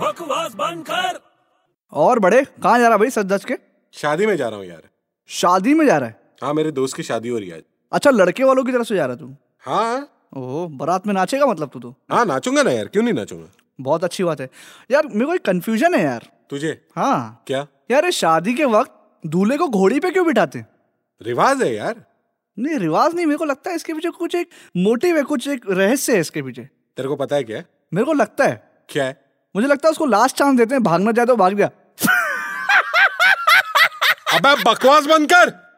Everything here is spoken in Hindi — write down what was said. बकवास बंद कर और बड़े कहाँ जा रहा भाई सच धज के शादी में जा रहा हूँ यार शादी में जा रहा है हाँ मेरे दोस्त की शादी हो रही है आज अच्छा लड़के वालों की तरफ से जा रहा तू हाँ ओहो बारात में नाचेगा मतलब तू तो हाँ नाचूंगा ना यार क्यों नहीं नाचूंगा बहुत अच्छी बात है यार मेरे को एक कन्फ्यूजन है यार तुझे हाँ क्या यार ये शादी के वक्त दूल्हे को घोड़ी पे क्यों बिठाते रिवाज है यार नहीं रिवाज नहीं मेरे को लगता है इसके पीछे कुछ एक मोटिव है कुछ एक रहस्य है इसके पीछे तेरे को पता है क्या मेरे को लगता है क्या है मुझे लगता है उसको लास्ट चांस देते हैं भागना चाहे तो भाग गया अबे बकवास बंद कर